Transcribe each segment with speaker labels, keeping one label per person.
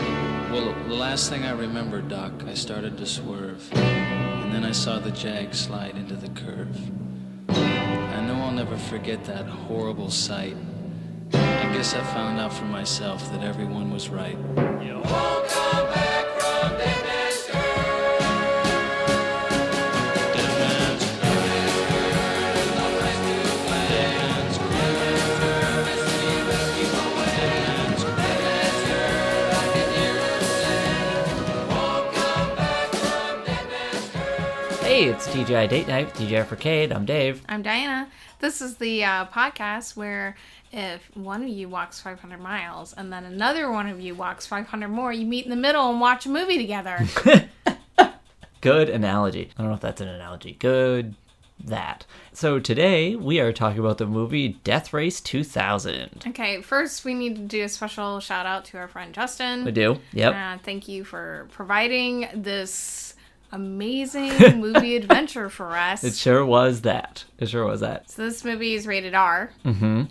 Speaker 1: Well, the last thing I remember, Doc, I started to swerve, and then I saw the jag slide into the curve. I know I'll never forget that horrible sight. I guess I found out for myself that everyone was right.
Speaker 2: Hey, it's TGI Date Night with TGI Arcade. I'm Dave.
Speaker 3: I'm Diana. This is the uh, podcast where if one of you walks 500 miles and then another one of you walks 500 more, you meet in the middle and watch a movie together.
Speaker 2: Good analogy. I don't know if that's an analogy. Good that. So today we are talking about the movie Death Race 2000.
Speaker 3: okay, first we need to do a special shout out to our friend Justin.
Speaker 2: We do. Yep.
Speaker 3: Uh, thank you for providing this amazing movie adventure for us.
Speaker 2: It sure was that. It sure was that.
Speaker 3: so this movie is rated R. And
Speaker 2: Mm-hmm.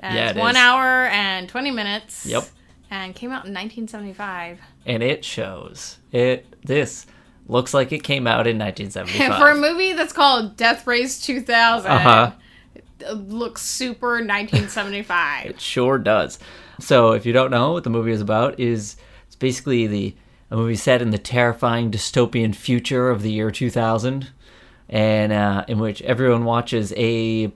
Speaker 2: Yeah,
Speaker 3: it's
Speaker 2: it
Speaker 3: one
Speaker 2: is.
Speaker 3: hour and 20 minutes.
Speaker 2: Yep.
Speaker 3: And came out in 1975.
Speaker 2: And it shows. It this looks like it came out in
Speaker 3: For a
Speaker 2: 1975.
Speaker 3: movie that's called Death Race 2000,
Speaker 2: Uh-huh.
Speaker 3: it looks super 1975.
Speaker 2: It sure does. So if you don't know what the movie is about, is it's basically the a movie set in the terrifying dystopian future of the year 2000, and uh, in which everyone watches a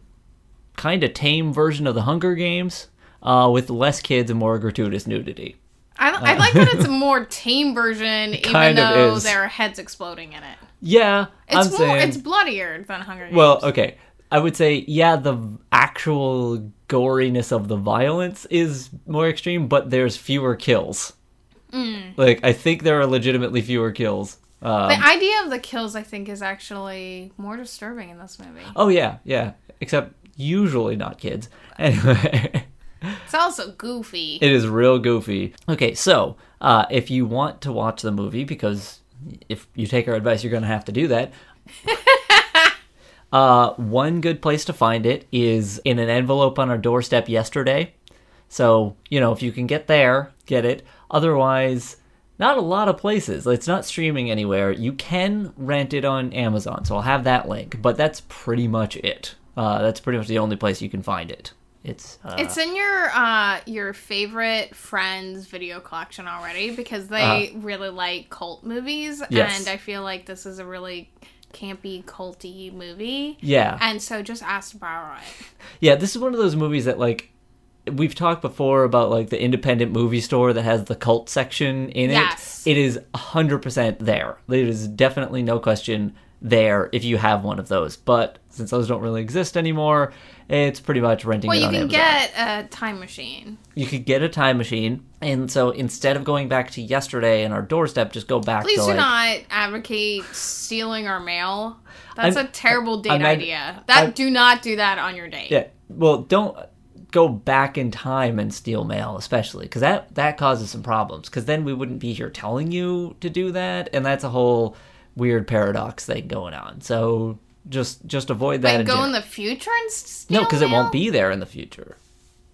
Speaker 2: kind of tame version of the Hunger Games uh, with less kids and more gratuitous nudity.
Speaker 3: I, I like that it's a more tame version, even
Speaker 2: kind of
Speaker 3: though
Speaker 2: is.
Speaker 3: there are heads exploding in it.
Speaker 2: Yeah,
Speaker 3: It's
Speaker 2: I'm
Speaker 3: more,
Speaker 2: saying
Speaker 3: it's bloodier than Hunger Games.
Speaker 2: well, okay. I would say, yeah, the v- actual goriness of the violence is more extreme, but there's fewer kills. Like, I think there are legitimately fewer kills. Uh,
Speaker 3: the idea of the kills, I think, is actually more disturbing in this movie.
Speaker 2: oh, yeah, yeah. Except usually not kids. Anyway,
Speaker 3: It's also goofy.
Speaker 2: it is real goofy. Okay, so uh, if you want to watch the movie, because if you take our advice, you're going to have to do that. Uh, one good place to find it is in an envelope on our doorstep yesterday. So, you know, if you can get there, get it. Otherwise, not a lot of places. It's not streaming anywhere. You can rent it on Amazon, so I'll have that link. But that's pretty much it. Uh, that's pretty much the only place you can find it. It's uh,
Speaker 3: It's in your uh your favorite friends video collection already because they really like cult movies
Speaker 2: Uh-huh. Yes.
Speaker 3: and I feel like this is a really campy culty movie.
Speaker 2: yeah.
Speaker 3: And so just ask to borrow it.
Speaker 2: Yeah, this is one of those movies that like we've talked before about like the independent movie store that has the cult section in
Speaker 3: Yes.
Speaker 2: it. It is 100% there. There is definitely no question there if you have one of those. But since those don't really exist anymore, it's pretty much renting
Speaker 3: Well,
Speaker 2: it
Speaker 3: you
Speaker 2: on
Speaker 3: can
Speaker 2: Amazon.
Speaker 3: get a time machine.
Speaker 2: You could get a time machine, and so instead of going back to yesterday and our doorstep, just go back
Speaker 3: Please
Speaker 2: to
Speaker 3: do
Speaker 2: like
Speaker 3: not advocate stealing our mail. That's
Speaker 2: I'm-
Speaker 3: a terrible date
Speaker 2: I'm-
Speaker 3: idea. That
Speaker 2: I'm-
Speaker 3: do not do that on your date.
Speaker 2: Yeah. Well, don't go back in time and steal mail, especially because that that causes some problems. Because then we wouldn't be here telling you to do that, and that's a whole weird paradox thing going on. So just just avoid that.
Speaker 3: Like
Speaker 2: in
Speaker 3: go in
Speaker 2: general.
Speaker 3: the future and s- steal
Speaker 2: no, because it won't
Speaker 3: mail?
Speaker 2: be there in the future.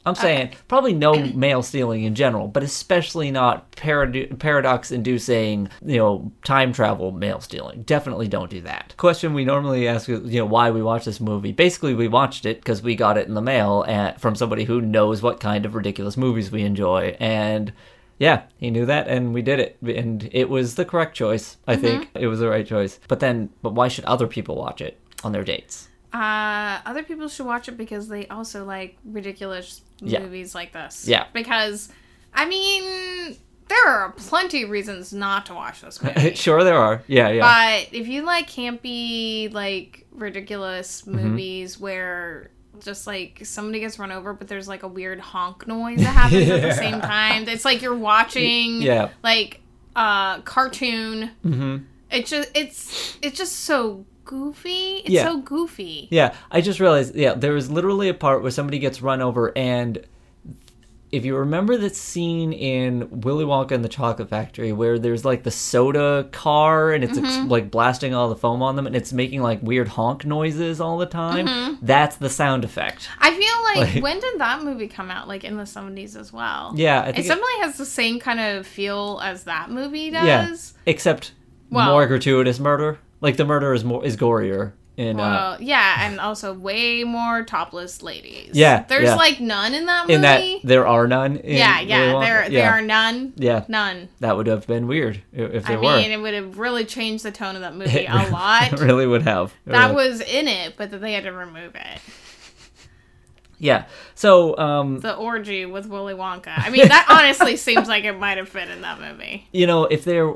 Speaker 2: I'm saying probably no mail stealing in general, but especially not parad- paradox inducing, you know, time travel mail stealing. Definitely don't do that. Question we normally ask is, you know, why we watch this movie. Basically, we watched it because we got it in the mail at, from somebody who knows what kind of ridiculous movies we enjoy. And yeah, he knew that and we did it. And it was the correct choice,
Speaker 3: Mm-hmm.
Speaker 2: I think. It was the right choice. But then, but why should other people watch it on their dates?
Speaker 3: Uh, other people should watch it because they also like ridiculous
Speaker 2: Yeah.
Speaker 3: movies like this.
Speaker 2: Yeah.
Speaker 3: Because, I mean, there are plenty of reasons not to watch this movie.
Speaker 2: sure, there are. Yeah, yeah.
Speaker 3: But if you like campy, like ridiculous
Speaker 2: Mm-hmm.
Speaker 3: movies where just like somebody gets run over, but there's like a weird honk noise that happens at the same time, it's like you're watching
Speaker 2: yeah.
Speaker 3: like uh, cartoon.
Speaker 2: hmm
Speaker 3: It's just it's it's just so goofy. It's
Speaker 2: Yeah.
Speaker 3: so goofy.
Speaker 2: Yeah, I just realized. Yeah, there is literally a part where somebody gets run over, and If you remember that scene in Willy Wonka and the Chocolate Factory where there's like the soda car and it's
Speaker 3: Mm-hmm.
Speaker 2: ex- like blasting all the foam on them and it's making like weird honk noises all the time,
Speaker 3: Mm-hmm.
Speaker 2: that's the sound effect.
Speaker 3: I feel like,
Speaker 2: Like-
Speaker 3: when did that movie come out? Like in the seventies as well.
Speaker 2: Yeah, I
Speaker 3: it
Speaker 2: think it-
Speaker 3: definitely has the same kind of feel as that movie
Speaker 2: Yeah,
Speaker 3: does.
Speaker 2: except
Speaker 3: Well-
Speaker 2: more gratuitous murder. Like the murder is more is gorier in uh,
Speaker 3: Well, yeah, and also way more topless ladies.
Speaker 2: Yeah,
Speaker 3: there's
Speaker 2: yeah.
Speaker 3: like none in that movie.
Speaker 2: in that there are none. in
Speaker 3: yeah, yeah,
Speaker 2: Willy Wonka.
Speaker 3: there
Speaker 2: yeah.
Speaker 3: there are none.
Speaker 2: Yeah,
Speaker 3: None.
Speaker 2: that would have been weird i- if there
Speaker 3: I
Speaker 2: were.
Speaker 3: mean, it would have really changed the tone of that movie
Speaker 2: It
Speaker 3: a
Speaker 2: really-
Speaker 3: lot.
Speaker 2: it really would have. It would
Speaker 3: That
Speaker 2: have.
Speaker 3: was in it, but that they had to remove it.
Speaker 2: yeah. So um,
Speaker 3: The orgy with Willy Wonka. I mean, that honestly seems like it might have fit in that movie.
Speaker 2: you know, if there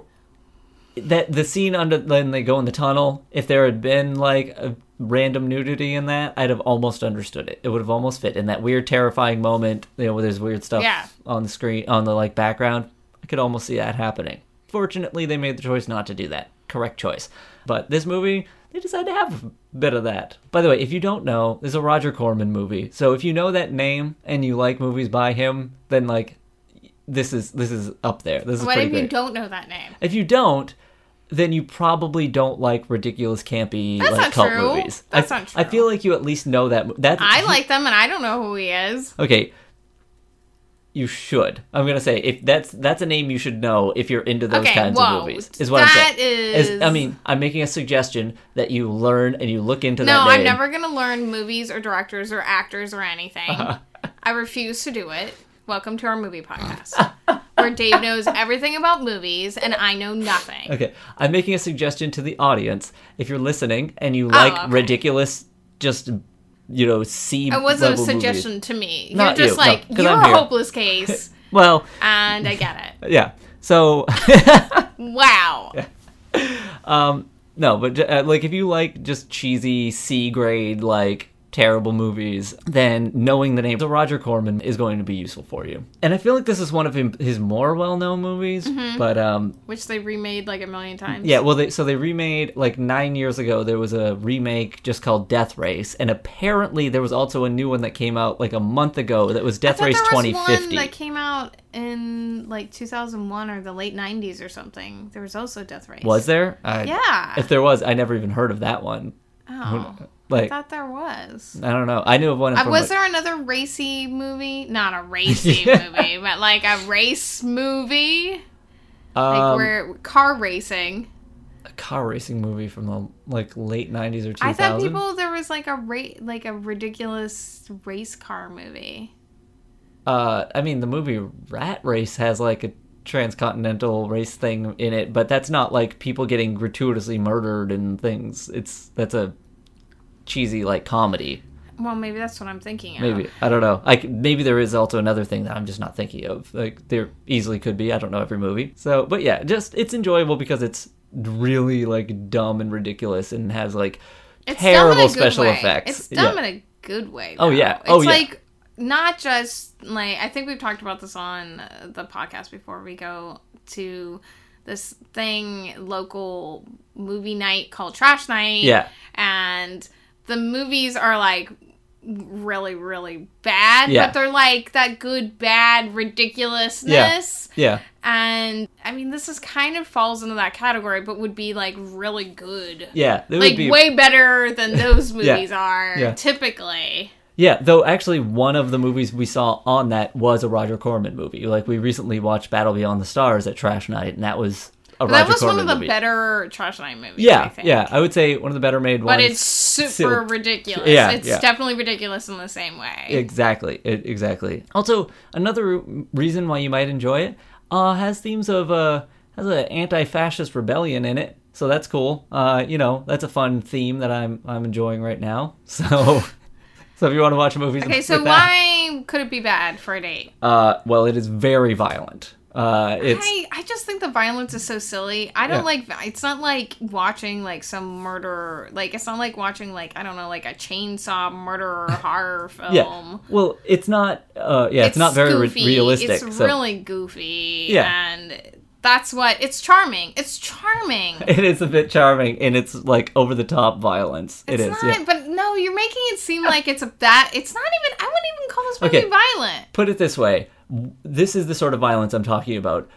Speaker 2: that the scene under when they go in the tunnel, if there had been like a random nudity in that, I'd have almost understood it. It would have almost fit in that weird, terrifying moment, you know, where there's weird stuff
Speaker 3: Yeah.
Speaker 2: on the screen on the like background. I could almost see that happening. Fortunately, they made the choice not to do that. Correct choice. But this movie, they decided to have a bit of that. By the way, if you don't know, there's a Roger Corman movie. So if you know that name and you like movies by him, then like this is this is up there. This is
Speaker 3: What
Speaker 2: pretty
Speaker 3: if
Speaker 2: great.
Speaker 3: you don't know that name?
Speaker 2: If you don't, then you probably don't like ridiculous, campy, like
Speaker 3: not
Speaker 2: cult
Speaker 3: true.
Speaker 2: movies.
Speaker 3: That's
Speaker 2: I,
Speaker 3: not
Speaker 2: I
Speaker 3: true.
Speaker 2: feel like you at least know that. mo- That
Speaker 3: I like them, and I don't know who he is.
Speaker 2: Okay, you should. I'm gonna say if that's that's a name you should know if you're into those
Speaker 3: Okay,
Speaker 2: kinds
Speaker 3: whoa,
Speaker 2: of movies. Is what
Speaker 3: that
Speaker 2: I'm saying. Is-
Speaker 3: is-
Speaker 2: I mean, I'm making a suggestion that you learn and you look into
Speaker 3: No,
Speaker 2: that.
Speaker 3: I'm
Speaker 2: name.
Speaker 3: never gonna learn movies or directors or actors or anything. I refuse to do it. Welcome to our movie podcast, where Dave knows everything about movies and I know nothing.
Speaker 2: Okay, I'm making a suggestion to the audience. If you're listening and you like
Speaker 3: Oh, okay.
Speaker 2: ridiculous, just you know, C
Speaker 3: It wasn't a
Speaker 2: level movies-
Speaker 3: suggestion to me.
Speaker 2: Not
Speaker 3: you're
Speaker 2: you,
Speaker 3: just
Speaker 2: no,
Speaker 3: like
Speaker 2: 'cause
Speaker 3: you're
Speaker 2: I'm
Speaker 3: a
Speaker 2: here."
Speaker 3: hopeless case,
Speaker 2: Well,
Speaker 3: and I get it.
Speaker 2: yeah. So.
Speaker 3: Wow.
Speaker 2: No, but uh, like if you like just cheesy C grade like terrible movies, then knowing the name of Roger Corman is going to be useful for you. And I feel like this is one of him, his more well-known movies,
Speaker 3: Mm-hmm.
Speaker 2: but um
Speaker 3: Which they remade like a million times.
Speaker 2: yeah, well they so they remade like 9 years ago there was a remake just called Death Race and apparently there was also a new one that came out like a month ago that was
Speaker 3: I
Speaker 2: Death
Speaker 3: thought
Speaker 2: Race
Speaker 3: there was
Speaker 2: 2050.
Speaker 3: one that came out in like 2001 or the late 90s or something. There was also Death Race.
Speaker 2: was there? I,
Speaker 3: Yeah.
Speaker 2: If there was, I never even heard of that one.
Speaker 3: Oh, I
Speaker 2: Like I,
Speaker 3: thought there was.
Speaker 2: don't know. I knew of one
Speaker 3: Uh,
Speaker 2: from,
Speaker 3: was
Speaker 2: like-
Speaker 3: there another racy movie? Not a racy
Speaker 2: Yeah.
Speaker 3: movie, but like a race movie, like
Speaker 2: um,
Speaker 3: where car racing.
Speaker 2: car racing movie from the like late 90s or 2000s.
Speaker 3: I thought people there was like a ra- like a ridiculous race car movie.
Speaker 2: uh I mean the movie Rat Race has like a transcontinental race thing in it, but that's not like people getting gratuitously murdered and things. It's that's a cheesy like comedy.
Speaker 3: Well, maybe that's what I'm thinking. Of.
Speaker 2: Maybe I don't know. Like maybe there is also another thing that I'm just not thinking of. Like there easily could be. I don't know every movie. So, but yeah, just it's enjoyable because it's really like dumb and ridiculous and has like
Speaker 3: It's dumb in a
Speaker 2: terrible
Speaker 3: good
Speaker 2: special
Speaker 3: way.
Speaker 2: effects.
Speaker 3: It's dumb
Speaker 2: Yeah.
Speaker 3: in a good way.
Speaker 2: Oh,
Speaker 3: though.
Speaker 2: yeah.
Speaker 3: It's
Speaker 2: Oh, yeah.
Speaker 3: like not just like I think we've talked about this on uh, the podcast before. We go to this thing local movie night called Trash Night.
Speaker 2: Yeah.
Speaker 3: and the movies are like really really bad
Speaker 2: Yeah.
Speaker 3: but they're like that good bad ridiculousness
Speaker 2: yeah.
Speaker 3: and i mean this is kind of falls into that category but would be like really good
Speaker 2: Yeah, it
Speaker 3: like
Speaker 2: would be.
Speaker 3: way better than those
Speaker 2: Yeah.
Speaker 3: movies are
Speaker 2: Yeah.
Speaker 3: typically.
Speaker 2: yeah, though actually one of the movies we saw on that was a Roger Corman movie. Like we recently watched Battle Beyond the Stars at Trash Night, and that was a
Speaker 3: But that
Speaker 2: Roger
Speaker 3: was
Speaker 2: Corman
Speaker 3: one of the
Speaker 2: movie.
Speaker 3: better Trash Night movies. I
Speaker 2: yeah,
Speaker 3: think.
Speaker 2: yeah, I would say one of the better made
Speaker 3: But
Speaker 2: ones.
Speaker 3: it's super
Speaker 2: Still-
Speaker 3: ridiculous.
Speaker 2: Yeah,
Speaker 3: it's
Speaker 2: yeah.
Speaker 3: definitely ridiculous in the same way.
Speaker 2: exactly, it, exactly. Also, another re- reason why you might enjoy it uh, has themes of uh, has an anti-fascist rebellion in it, so that's cool. Uh, you know, that's a fun theme that I'm I'm enjoying right now. So, so if you want to watch movies,
Speaker 3: okay, so
Speaker 2: with that-
Speaker 3: why could it be bad for a date?
Speaker 2: Uh, well, it is very violent. Uh, it's
Speaker 3: I, I just think the violence is so silly. I don't
Speaker 2: Yeah.
Speaker 3: like it's not like watching like some murder like it's not like watching like I don't know like a chainsaw murderer horror film.
Speaker 2: yeah. Well, it's not. Uh, yeah, it's, not very re-
Speaker 3: goofy.
Speaker 2: realistic.
Speaker 3: It's
Speaker 2: so
Speaker 3: really goofy.
Speaker 2: Yeah.
Speaker 3: And that's what it's charming. It's charming.
Speaker 2: it is a bit charming, and it's like over the top violence. It
Speaker 3: It's
Speaker 2: is,
Speaker 3: not,
Speaker 2: Yeah.
Speaker 3: but no, you're making it seem like it's a that. It's not even. I wouldn't even call this movie
Speaker 2: Okay.
Speaker 3: violent.
Speaker 2: Put it this way: This is the sort of violence I'm talking about.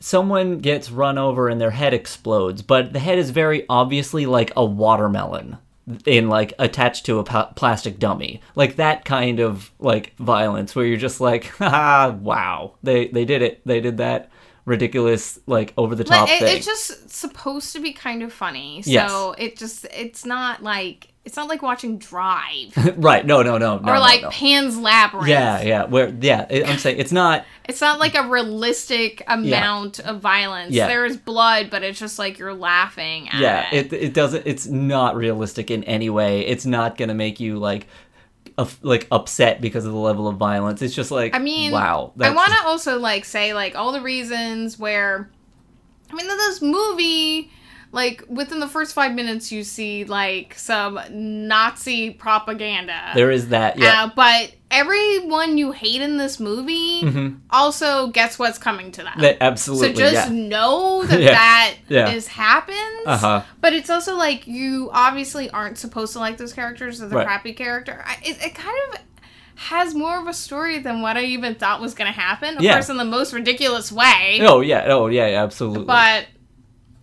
Speaker 2: Someone gets run over and their head explodes, but the head is very obviously like a watermelon in like attached to a pa- plastic dummy like that kind of like violence where you're just like ah wow they they did it they did that ridiculous like over the top
Speaker 3: But it,
Speaker 2: thing
Speaker 3: it's just supposed to be kind of funny. So
Speaker 2: Yes.
Speaker 3: it just it's not like it's not like watching Drive
Speaker 2: right no no no no,
Speaker 3: or
Speaker 2: no,
Speaker 3: like
Speaker 2: no.
Speaker 3: Pan's Labyrinth.
Speaker 2: yeah yeah where yeah it- i'm saying it's not
Speaker 3: It's not like a realistic amount of violence.
Speaker 2: Yeah.
Speaker 3: There is blood, but it's just like you're laughing at
Speaker 2: yeah
Speaker 3: it.
Speaker 2: it it doesn't it's not realistic in any way it's not gonna make you like of like upset because of the level of violence it's just like
Speaker 3: I mean,
Speaker 2: wow
Speaker 3: I want to also like say like all the reasons where, I mean, in this movie, like within the first five minutes, you see like some Nazi propaganda.
Speaker 2: there is that yeah
Speaker 3: Uh, but everyone you hate in this movie also gets what's coming to them.
Speaker 2: Mm-hmm. that absolutely
Speaker 3: so just
Speaker 2: yeah.
Speaker 3: know that
Speaker 2: Yeah.
Speaker 3: that is
Speaker 2: Yeah.
Speaker 3: happens.
Speaker 2: Uh-huh.
Speaker 3: But it's also like you obviously aren't supposed to like those characters or the
Speaker 2: Right.
Speaker 3: crappy character. I, it, it kind of has more of a story than what I even thought was going to happen. Of
Speaker 2: Yeah.
Speaker 3: course, in the most ridiculous way.
Speaker 2: Oh yeah. Oh yeah. yeah, Absolutely.
Speaker 3: But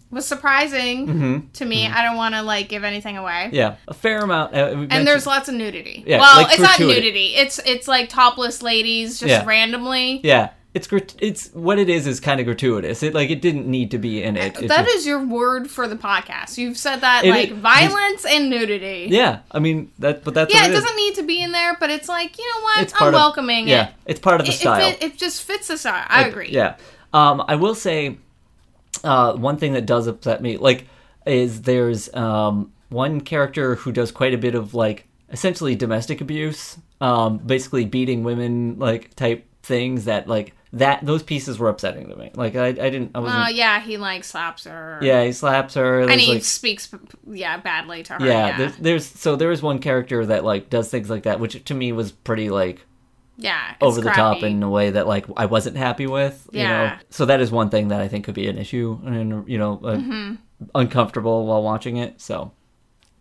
Speaker 3: was surprising
Speaker 2: Mhm.
Speaker 3: to me. I don't want to like give anything away.
Speaker 2: yeah, a fair amount. Uh, we
Speaker 3: And
Speaker 2: mentioned-
Speaker 3: there's lots of nudity.
Speaker 2: Yeah,
Speaker 3: well,
Speaker 2: like
Speaker 3: it's not
Speaker 2: gratuity.
Speaker 3: nudity. It's it's like topless ladies just
Speaker 2: Yeah.
Speaker 3: randomly.
Speaker 2: yeah, it's grat- it's what it is is kind of gratuitous. It like it didn't need to be in it. It's
Speaker 3: That
Speaker 2: just-
Speaker 3: is your word for the podcast. You've said that
Speaker 2: It
Speaker 3: like
Speaker 2: is-
Speaker 3: violence and nudity.
Speaker 2: yeah. I mean that, but that's
Speaker 3: Yeah,
Speaker 2: what
Speaker 3: it
Speaker 2: it is.
Speaker 3: doesn't need to be in there, but it's like you know what?
Speaker 2: It's part
Speaker 3: I'm
Speaker 2: of-
Speaker 3: welcoming it.
Speaker 2: Yeah, it's part of the
Speaker 3: It, it,
Speaker 2: style.
Speaker 3: fit- it just fits the style. I
Speaker 2: Like,
Speaker 3: agree.
Speaker 2: Yeah. Um, I will say uh, one thing that does upset me, like, is there's um, one character who does quite a bit of like essentially domestic abuse, um, basically beating women like type things that like that those pieces were upsetting to me. Like I, I didn't I wasn't.
Speaker 3: Oh yeah, he like slaps her.
Speaker 2: Mm-hmm. yeah, he slaps her.
Speaker 3: and
Speaker 2: there's,
Speaker 3: he
Speaker 2: like,
Speaker 3: speaks p- p- yeah badly to her.
Speaker 2: yeah,
Speaker 3: Yeah, yeah.
Speaker 2: There's, there's so there is one character that like does things like that, which to me was pretty like
Speaker 3: it's
Speaker 2: over the top
Speaker 3: crappy.
Speaker 2: in a way that like I wasn't happy with. You
Speaker 3: Yeah.
Speaker 2: know? So that is one thing that I think could be an issue and you know uh,
Speaker 3: Mm-hmm.
Speaker 2: uncomfortable while watching it. So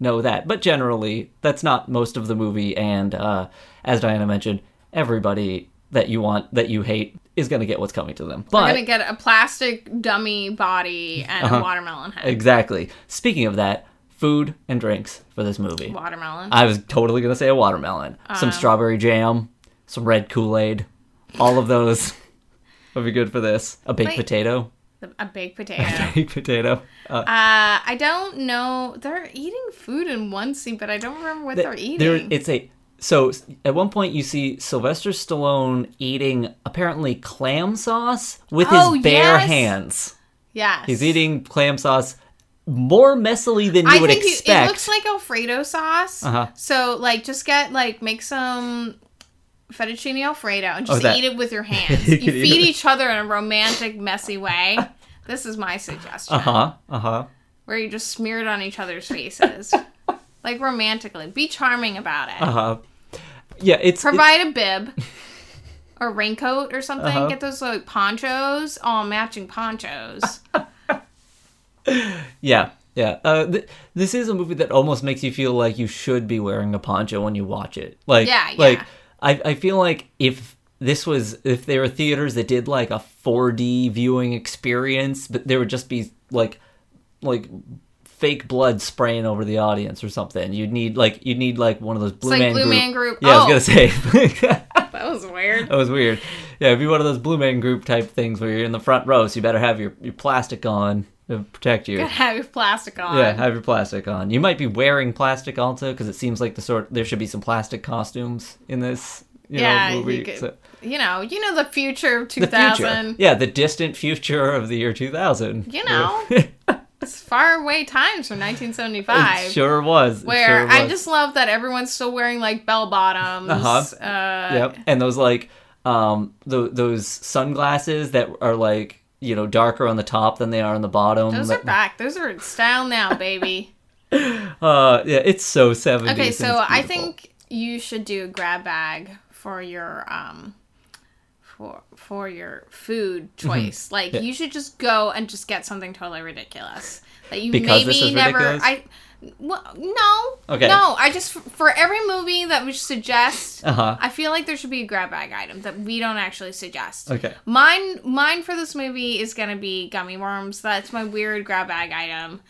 Speaker 2: know that. But generally, that's not most of the movie. And uh, as Diana mentioned, everybody that you want that you hate is going to get what's coming to them.
Speaker 3: We're
Speaker 2: But Uh-huh.
Speaker 3: gonna get a plastic dummy body and a watermelon head.
Speaker 2: exactly. Speaking of that, food and drinks for this movie.
Speaker 3: watermelon.
Speaker 2: I was totally gonna say a watermelon,
Speaker 3: Um,
Speaker 2: some strawberry jam, some red Kool Aid, all of those would be good for this. A baked
Speaker 3: Wait.
Speaker 2: potato,
Speaker 3: a baked potato.
Speaker 2: baked potato. Uh,
Speaker 3: Uh, I don't know. They're eating food in one scene, but I don't remember what they're eating.
Speaker 2: there, it's a so s- at one point you see Sylvester Stallone eating apparently clam sauce with
Speaker 3: Oh,
Speaker 2: his bare
Speaker 3: yes.
Speaker 2: hands.
Speaker 3: yes,
Speaker 2: He's eating clam sauce more messily than you
Speaker 3: I
Speaker 2: would
Speaker 3: think you-
Speaker 2: expect.
Speaker 3: it looks like Alfredo sauce.
Speaker 2: Uh-huh.
Speaker 3: So like, just get like make some fettuccine Alfredo and just
Speaker 2: Oh, that-
Speaker 3: eat it with your hands.
Speaker 2: You
Speaker 3: you
Speaker 2: could eat
Speaker 3: feed
Speaker 2: it.
Speaker 3: each other in a romantic, messy way. This is my suggestion,
Speaker 2: uh huh. Uh huh.
Speaker 3: where you just smear it on each other's faces, like romantically. Be charming about it.
Speaker 2: Uh huh. Yeah, it's it's-
Speaker 3: Provide a bib. Or raincoat or something.
Speaker 2: Uh-huh.
Speaker 3: Get those like ponchos, all matching ponchos.
Speaker 2: Yeah, yeah. Uh, th- this is a movie that almost makes you feel like you should be wearing a poncho when you watch it. Like,
Speaker 3: Yeah,
Speaker 2: like
Speaker 3: yeah.
Speaker 2: I, I feel like if this was if there were theaters that did like a 4D viewing experience, but there would just be like like fake blood spraying over the audience or something. You'd need like you'd need like one of those blue
Speaker 3: like
Speaker 2: man
Speaker 3: Blue
Speaker 2: group.
Speaker 3: Man Group.
Speaker 2: Yeah, I
Speaker 3: Oh.
Speaker 2: was gonna say.
Speaker 3: That was weird.
Speaker 2: That was weird. Yeah, it'd be one of those blue man group type things where you're in the front row, so you better have your, your plastic on to protect you.
Speaker 3: Have your plastic on.
Speaker 2: Yeah, have your plastic on. You might be wearing plastic also, because it seems like the sort there should be some plastic costumes in this. You
Speaker 3: Yeah,
Speaker 2: know,
Speaker 3: you
Speaker 2: movie.
Speaker 3: could-
Speaker 2: So-
Speaker 3: you know, you know the future of
Speaker 2: the
Speaker 3: 2000.
Speaker 2: future, yeah, the distant future of the year 2000.
Speaker 3: You know, it's far away times from 1975.
Speaker 2: it sure was. it
Speaker 3: Where
Speaker 2: sure
Speaker 3: I
Speaker 2: was.
Speaker 3: just love that everyone's still wearing like bell bottoms.
Speaker 2: Uh-huh.
Speaker 3: Uh,
Speaker 2: yep, and those like um tho- those sunglasses that are like you know darker on the top than they are on the bottom.
Speaker 3: Those
Speaker 2: That-
Speaker 3: are back. Those are in style now, baby.
Speaker 2: Uh, yeah, it's so 70s.
Speaker 3: okay,
Speaker 2: and
Speaker 3: so
Speaker 2: it's
Speaker 3: I
Speaker 2: beautiful.
Speaker 3: think you should do a grab bag for your um for for your food
Speaker 2: Mm-hmm.
Speaker 3: choice. Like you should just go and just get something totally ridiculous that you
Speaker 2: Because this
Speaker 3: maybe
Speaker 2: is
Speaker 3: never
Speaker 2: ridiculous?
Speaker 3: I Well, no.
Speaker 2: Okay.
Speaker 3: No, I just for every movie that we suggest,
Speaker 2: Uh-huh.
Speaker 3: I feel like there should be a grab bag item that we don't actually suggest.
Speaker 2: Okay.
Speaker 3: Mine, mine for this movie is gonna be gummy worms. That's my weird grab bag item.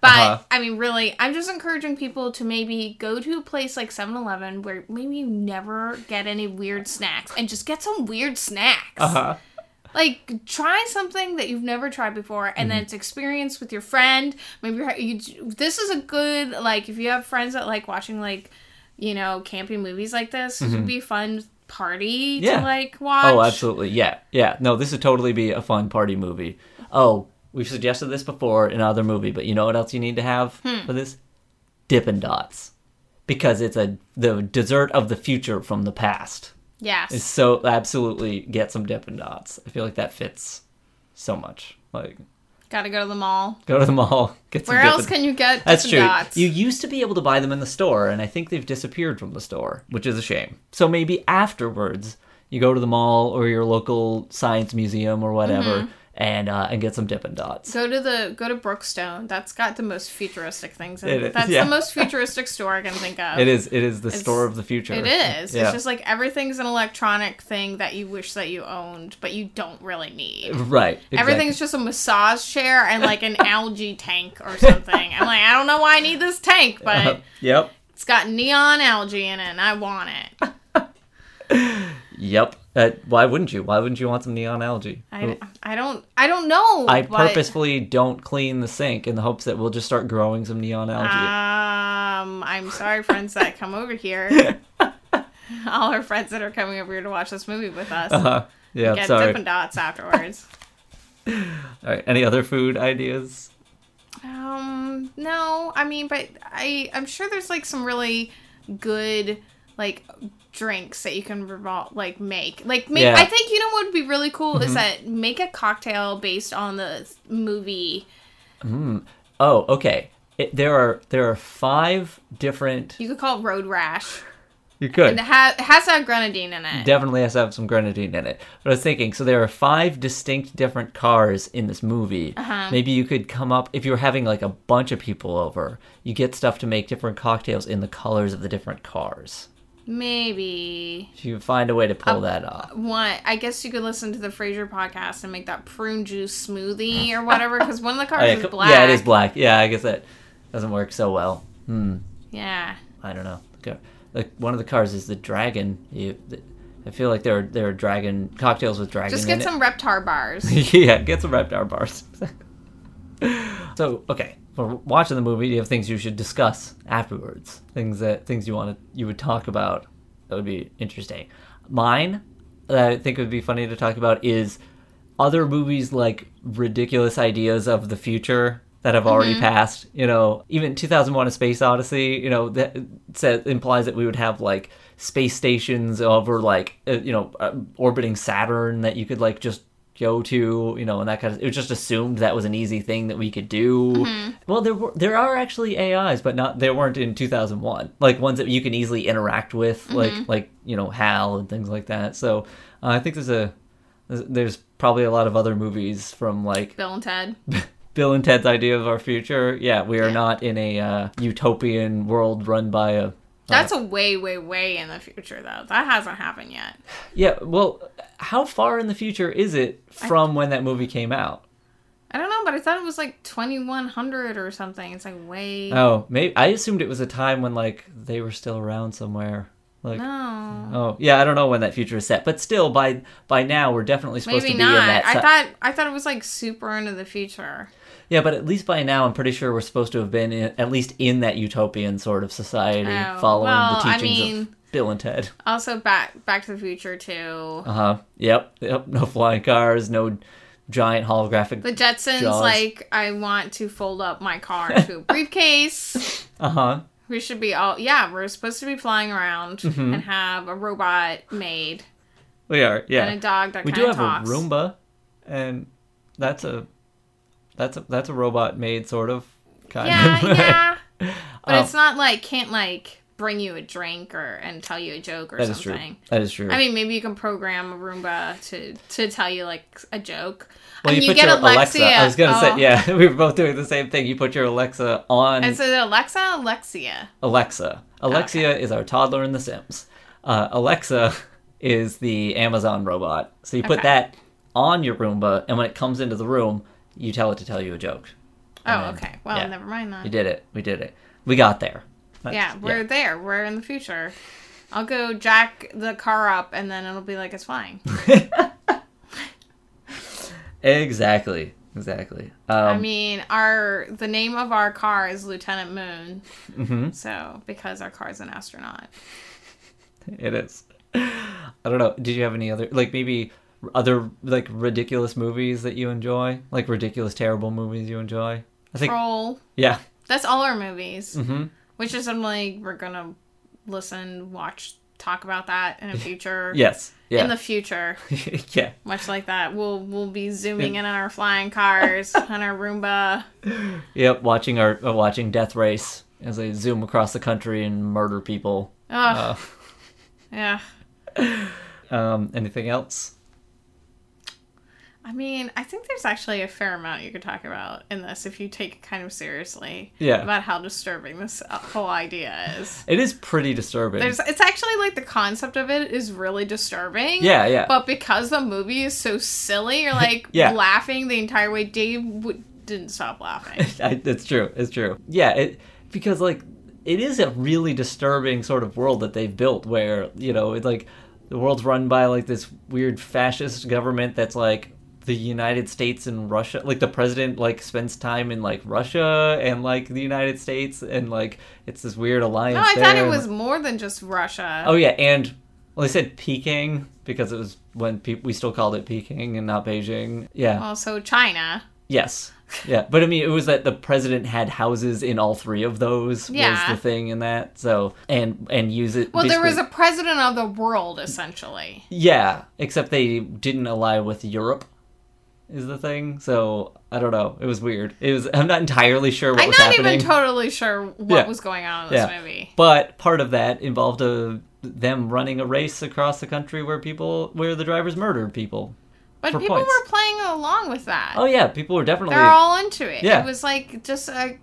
Speaker 3: But
Speaker 2: Uh-huh.
Speaker 3: I mean, really, I'm just encouraging people to maybe go to a place like 7-Eleven where maybe you never get any weird snacks and just get some weird snacks
Speaker 2: Uh-huh.
Speaker 3: like try something that you've never tried before and
Speaker 2: Mm-hmm.
Speaker 3: then it's experienced with your friend maybe you're- you this is a good like if you have friends that like watching like you know campy movies like this this would be a fun party
Speaker 2: Mm-hmm. Yeah.
Speaker 3: to like watch
Speaker 2: Oh, absolutely. Yeah. Yeah. No, this would totally be a fun party movie. Oh, we've suggested this before in another movie, but you know what else you need to have
Speaker 3: Hmm.
Speaker 2: for this? Dippin' Dots. Because it's a the dessert of the future from the past.
Speaker 3: yes
Speaker 2: It's so absolutely get some Dippin' Dots. I feel like that fits so much. Like
Speaker 3: gotta go to the mall
Speaker 2: go to the mall, get some
Speaker 3: where
Speaker 2: Dippin'
Speaker 3: else can you get
Speaker 2: That's
Speaker 3: Dippin'
Speaker 2: true.
Speaker 3: dots
Speaker 2: You used to be able to buy them in the store, and I think they've disappeared from the store, which is a shame. So maybe afterwards, you go to the mall or your local science museum or whatever,
Speaker 3: Mm-hmm.
Speaker 2: and uh, and get some Dippin' Dots.
Speaker 3: go to the go to brookstone that's got the most futuristic things in
Speaker 2: It
Speaker 3: it,
Speaker 2: is,
Speaker 3: that's
Speaker 2: yeah.
Speaker 3: the most futuristic store i can think of
Speaker 2: It is it is the store of the future.
Speaker 3: It is.
Speaker 2: Yeah.
Speaker 3: It's just like everything's an electronic thing that you wish that you owned, but you don't really need.
Speaker 2: right. exactly.
Speaker 3: Everything's just a massage chair and like an algae tank or something. I'm like, I don't know why I need this tank, but
Speaker 2: Uh, yep.
Speaker 3: it's got neon algae in it and I want it.
Speaker 2: Yep. Uh, why wouldn't you? Why wouldn't you want some neon algae?
Speaker 3: I, I don't I don't know.
Speaker 2: I
Speaker 3: what-
Speaker 2: purposefully don't clean the sink in the hopes that we'll just start growing some neon algae.
Speaker 3: Um, I'm sorry, friends that come over here. All our friends that are coming over here to watch this movie with us
Speaker 2: Uh, yeah.
Speaker 3: Ah. get
Speaker 2: sorry.
Speaker 3: Dippin' Dots afterwards.
Speaker 2: All right. Any other food ideas?
Speaker 3: Um, no, I mean, but I I'm sure there's like some really good like drinks that you can revol- like make. Like make
Speaker 2: Yeah. Mm-hmm.
Speaker 3: I think you know what would be really cool is that make a cocktail based on the movie.
Speaker 2: Oh, okay. It, there are there are five different.
Speaker 3: You could call it Road Rash.
Speaker 2: You
Speaker 3: It,
Speaker 2: could
Speaker 3: ha- it has to have grenadine in it.
Speaker 2: definitely has to have some grenadine in it. But I was thinking, so there are five distinct different cars in this movie.
Speaker 3: Uh-huh.
Speaker 2: Maybe you could come up if you're having like a bunch of people over. You get stuff to make different cocktails in the colors of the different cars.
Speaker 3: Maybe.
Speaker 2: If you find a way to pull that off.
Speaker 3: One, I guess you could listen to the Fraser podcast and make that prune juice smoothie or whatever because one of the cars
Speaker 2: Oh, yeah,
Speaker 3: is
Speaker 2: co-
Speaker 3: black.
Speaker 2: yeah, it is black. Yeah, I guess that doesn't work so well. Hmm.
Speaker 3: Yeah.
Speaker 2: I don't know. Okay. Like one of the cars is the dragon. You, th I feel like there are there are dragon cocktails with dragon.
Speaker 3: Just
Speaker 2: in
Speaker 3: get
Speaker 2: it.
Speaker 3: some Reptar bars.
Speaker 2: yeah, get some Reptar bars. so, okay, for watching the movie, do you have things you should discuss afterwards? Things that things you want to you would talk about that would be interesting. Mine that I think would be funny to talk about is other movies like ridiculous ideas of the future that have already passed. You know, even 2001: A Space Odyssey. You know, that says, implies that we would have like space stations over like uh, you know uh, orbiting Saturn that you could like just go to, you know, and that kind of. It was just assumed that was an easy thing that we could do. Well, there were there are actually AIs, but not they weren't in 2001. Like ones that you can easily interact with, like like you know HAL and things like that. So uh, I think there's a there's- there's probably a lot of other movies from like
Speaker 3: Bill and Ted.
Speaker 2: Bill and Ted's idea of our future. Yeah, we are
Speaker 3: Yeah.
Speaker 2: not in a uh, utopian world run by a uh,
Speaker 3: That's a way, way, way in the future, though. That hasn't happened yet.
Speaker 2: yeah. Well, how far in the future is it from when that movie came out?
Speaker 3: I don't know, but I thought it was like 2100 or something. It's like way.
Speaker 2: Oh, maybe I assumed it was a time when like they were still around somewhere. Like
Speaker 3: no.
Speaker 2: oh yeah, I don't know when that future is set, but still by by now we're definitely supposed
Speaker 3: Maybe
Speaker 2: to be in
Speaker 3: not.
Speaker 2: that.
Speaker 3: I
Speaker 2: si-
Speaker 3: thought I thought it was like super into the future.
Speaker 2: yeah, but at least by now I'm pretty sure we're supposed to have been in, at least in that utopian sort of society,
Speaker 3: Oh,
Speaker 2: following
Speaker 3: well,
Speaker 2: the
Speaker 3: I
Speaker 2: teachings
Speaker 3: mean-
Speaker 2: of Bill and Ted.
Speaker 3: Also, back Back to the Future too.
Speaker 2: Uh huh. Yep. Yep. No flying cars. No giant holographic.
Speaker 3: The Jetsons,
Speaker 2: Jaws.
Speaker 3: like I want to fold up my car to a briefcase.
Speaker 2: Uh huh.
Speaker 3: We should be all yeah. We're supposed to be flying around
Speaker 2: Mm-hmm.
Speaker 3: and have a robot made
Speaker 2: We are. Yeah.
Speaker 3: and a dog that
Speaker 2: we
Speaker 3: kind
Speaker 2: do
Speaker 3: of
Speaker 2: have
Speaker 3: talks.
Speaker 2: a Roomba, and that's a that's a that's a robot made sort of kind
Speaker 3: Yeah,
Speaker 2: of.
Speaker 3: yeah. But
Speaker 2: Um,
Speaker 3: it's not like can't like bring you a drink or and tell you a joke or
Speaker 2: That is true.
Speaker 3: something.
Speaker 2: That is true.
Speaker 3: I mean, maybe you can program a Roomba to to tell you like a joke.
Speaker 2: well,
Speaker 3: and
Speaker 2: you, put your Alexa. I was gonna
Speaker 3: Oh.
Speaker 2: say, yeah, we were both doing the same thing. You put your Alexa on
Speaker 3: And so Alexa, Alexia.
Speaker 2: Alexa. Alexia is our toddler in The Sims. Uh, Alexa is the Amazon robot. So you put
Speaker 3: Okay.
Speaker 2: that on your Roomba, and when it comes into the room, you tell it to tell you a joke.
Speaker 3: Oh,
Speaker 2: then-
Speaker 3: okay. Well,
Speaker 2: Um, yeah.
Speaker 3: never mind that.
Speaker 2: We did it. We did it. We got there. That's-
Speaker 3: Uh-huh. Yeah, we're there. We're in the future. I'll go jack the car up, and then it'll be like it's flying.
Speaker 2: exactly. Exactly. Um,
Speaker 3: I mean, our the name of our car is Lieutenant Moon.
Speaker 2: Mm-hmm.
Speaker 3: So because our car is an astronaut.
Speaker 2: it is. I don't know. Did you have any other like maybe other like ridiculous movies that you enjoy? Like ridiculous terrible movies you enjoy? I think
Speaker 3: Troll.
Speaker 2: yeah.
Speaker 3: That's all our movies. Mm-hmm. Which is I'm like we're gonna listen, watch, talk about that in a future.
Speaker 2: Yes. Yeah.
Speaker 3: In the future,
Speaker 2: yeah.
Speaker 3: much like that, we'll we'll be zooming in on our flying cars, on our Roomba.
Speaker 2: Yep, watching our uh, watching Death Race as they zoom across the country and murder people. Uh.
Speaker 3: Ugh. Yeah.
Speaker 2: Um, anything else?
Speaker 3: I mean, I think there's actually a fair amount you could talk about in this if you take it kind of seriously.
Speaker 2: Yeah.
Speaker 3: About how disturbing this uh, whole idea is.
Speaker 2: It is pretty disturbing.
Speaker 3: There's, it's actually like the concept of it is really disturbing.
Speaker 2: Yeah, yeah.
Speaker 3: But because the movie is so silly, you're like
Speaker 2: Yeah.
Speaker 3: laughing the entire way. Dave w- didn't stop laughing.
Speaker 2: I, it's true. It's true. Yeah, it because like it is a really disturbing sort of world that they've built where you know it's like the world's run by like this weird fascist government that's like the United States and Russia like the president like spends time in like Russia and like the United States and like it's this weird alliance.
Speaker 3: no, I
Speaker 2: there
Speaker 3: thought it
Speaker 2: and,
Speaker 3: was more than just Russia.
Speaker 2: Oh yeah, and well, they said Peking because it was when pe- we still called it Peking and not Beijing. Yeah.
Speaker 3: Also, China.
Speaker 2: yes. Yeah, but I mean, it was that the president had houses in all three of those
Speaker 3: Yeah.
Speaker 2: was the thing in that. So and and use it.
Speaker 3: Well, there was a
Speaker 2: basically-
Speaker 3: president of the world, essentially.
Speaker 2: yeah, except they didn't ally with Europe. Is the thing? So I don't know. It was weird. It was. I'm not entirely sure what
Speaker 3: I'm
Speaker 2: was
Speaker 3: not
Speaker 2: happening.
Speaker 3: even totally sure what
Speaker 2: Yeah.
Speaker 3: was going on in this
Speaker 2: Yeah.
Speaker 3: movie.
Speaker 2: But part of that involved a, them running a race across the country where people, where the drivers murdered people.
Speaker 3: But
Speaker 2: for
Speaker 3: people
Speaker 2: points.
Speaker 3: were playing along with that.
Speaker 2: Oh yeah, people were definitely.
Speaker 3: They're all into it.
Speaker 2: Yeah.
Speaker 3: It was like just a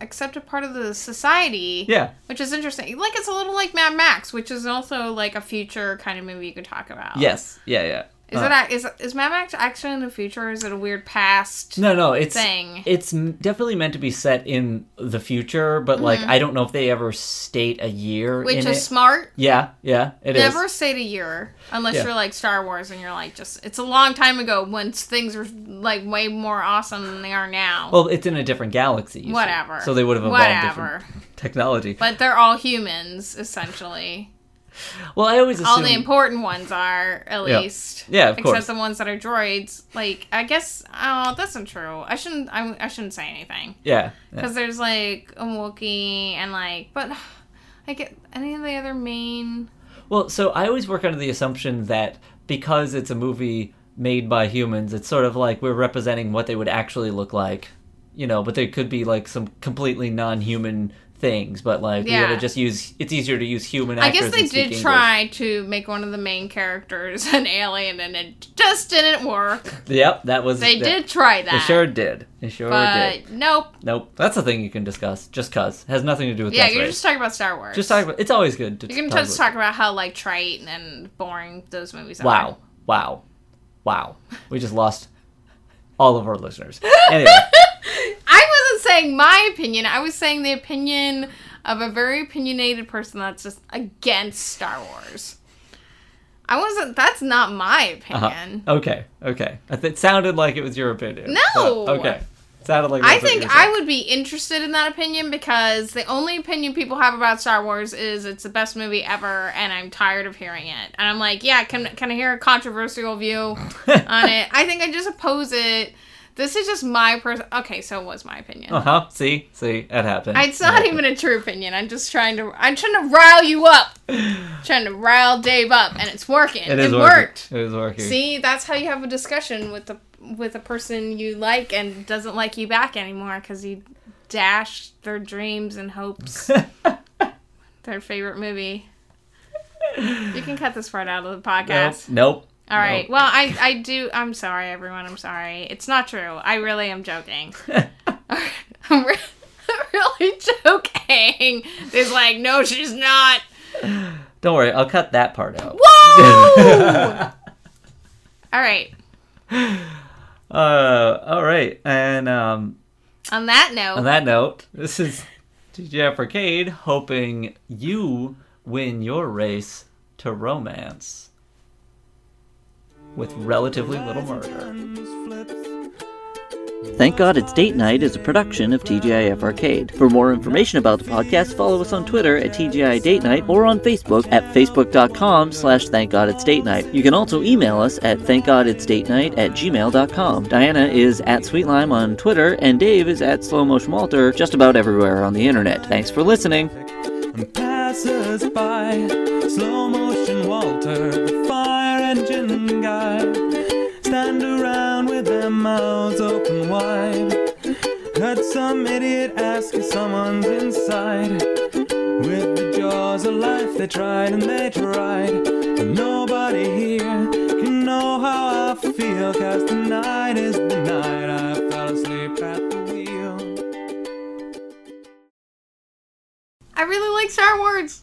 Speaker 3: accepted part of the society.
Speaker 2: Yeah.
Speaker 3: Which is interesting. Like it's a little like Mad Max, which is also like a future kind of movie you could talk about.
Speaker 2: Yes. Yeah. Yeah.
Speaker 3: Oh. Is
Speaker 2: Uh,
Speaker 3: it it is is Mad Max actually in the future? Or is it a weird past?
Speaker 2: No, no. It's
Speaker 3: thing?
Speaker 2: it's m- definitely meant to be set in the future, but like I don't know if they ever state a year
Speaker 3: Mm-hmm. Which
Speaker 2: in
Speaker 3: is
Speaker 2: it.
Speaker 3: smart.
Speaker 2: yeah. Yeah. It is.
Speaker 3: Never state a year unless
Speaker 2: Yeah.
Speaker 3: you're like Star Wars and you're like just it's a long time ago when things were like way more awesome than they are now.
Speaker 2: Well, it's in a different galaxy. you see.
Speaker 3: Whatever.
Speaker 2: So they would have evolved different technology.
Speaker 3: But they're all humans, essentially.
Speaker 2: well, I always assume.
Speaker 3: All the important ones are, at
Speaker 2: Yeah.
Speaker 3: least.
Speaker 2: Yeah, of
Speaker 3: Except
Speaker 2: course.
Speaker 3: the ones that are droids. Like, I guess. Oh, that's not true. I shouldn't. I, I shouldn't say anything
Speaker 2: yeah. yeah.
Speaker 3: because there's like a Wookiee and like, but I get any of the other main.
Speaker 2: Well, so I always work under the assumption that because it's a movie made by humans, it's sort of like we're representing what they would actually look like, you know. But there could be like some completely non-human things, but like we
Speaker 3: Yeah.
Speaker 2: gotta just use. It's easier to use human.
Speaker 3: I
Speaker 2: Actors
Speaker 3: guess
Speaker 2: than
Speaker 3: they
Speaker 2: speak
Speaker 3: did
Speaker 2: English.
Speaker 3: try to make one of the main characters an alien, and it just didn't work.
Speaker 2: Yep, that was.
Speaker 3: They
Speaker 2: that-
Speaker 3: did try that.
Speaker 2: They sure did. They sure did.
Speaker 3: But nope.
Speaker 2: Nope, that's a thing you can discuss. Just cause has nothing to do with.
Speaker 3: Yeah,
Speaker 2: Death
Speaker 3: you're
Speaker 2: Race.
Speaker 3: just talking about Star Wars.
Speaker 2: Just talk about. It's always good to.
Speaker 3: You can
Speaker 2: talk
Speaker 3: just
Speaker 2: about-
Speaker 3: talk about how like trite and boring those movies are.
Speaker 2: Wow! Wow! Wow! We just lost all of our listeners. Anyway,
Speaker 3: I wasn't saying my opinion. I was saying the opinion of a very opinionated person that's just against Star Wars. I wasn't. That's not my
Speaker 2: uh-huh.
Speaker 3: opinion.
Speaker 2: okay, okay. I th- It sounded like it was your opinion.
Speaker 3: No!
Speaker 2: but- okay. Sounded like.
Speaker 3: I
Speaker 2: that's what
Speaker 3: think
Speaker 2: you were
Speaker 3: I
Speaker 2: saying.
Speaker 3: would be interested in that opinion because the only opinion people have about Star Wars is it's the best movie ever, and I'm tired of hearing it. And I'm like, yeah, can can I hear a controversial view on it? I think I just oppose it. This is just my person. Okay, so it was my opinion.
Speaker 2: Uh huh. See, see, it happened.
Speaker 3: It's not even a true opinion. I'm just trying to. I'm trying to rile you up. trying to rile Dave up, and it's working.
Speaker 2: It is working.
Speaker 3: worked.
Speaker 2: It is working.
Speaker 3: See, that's how you have a discussion with the with a person you like and doesn't like you back anymore because you dashed their dreams and hopes. Their favorite movie. You can cut this part out of the podcast.
Speaker 2: Nope. nope.
Speaker 3: All right. Well, I I do. I'm sorry, everyone. I'm sorry. It's not true. I really am joking. I'm re- really joking. It's like, no, she's not.
Speaker 2: Don't worry, I'll cut that part out.
Speaker 3: Whoa! All right.
Speaker 2: Uh, all right, and um,
Speaker 3: On that note,
Speaker 2: on that note, this is TGF Arcade hoping you win your race to romance with relatively little murder.
Speaker 4: Thank God It's Date Night is a production of TGIF Arcade. For more information about the podcast, follow us on Twitter at TGI Date Night or on Facebook at facebook.com slash thank God It's Date Night. You can also email us at thankgoditsdatenight at gmail.com. Diana is at SweetLime on Twitter and Dave is at Slow Motion Walter just about everywhere on the internet. Thanks for listening.
Speaker 5: and passes by. Slow motion Walter, the fire engine guy, stand around with their mouths open wide. Heard some idiot ask if someone's inside. With the jaws of life, they tried and they tried. But nobody here can know how I feel, cause tonight is the night I fell asleep at the wheel.
Speaker 3: I really like Star Wars.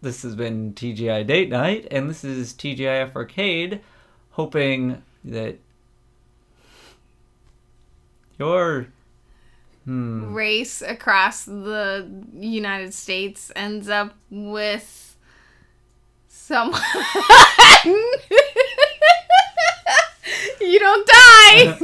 Speaker 2: This has been TGI Date Night, and this is TGIF Arcade hoping that your Hmm.
Speaker 3: Race across the United States ends up with someone. you don't die.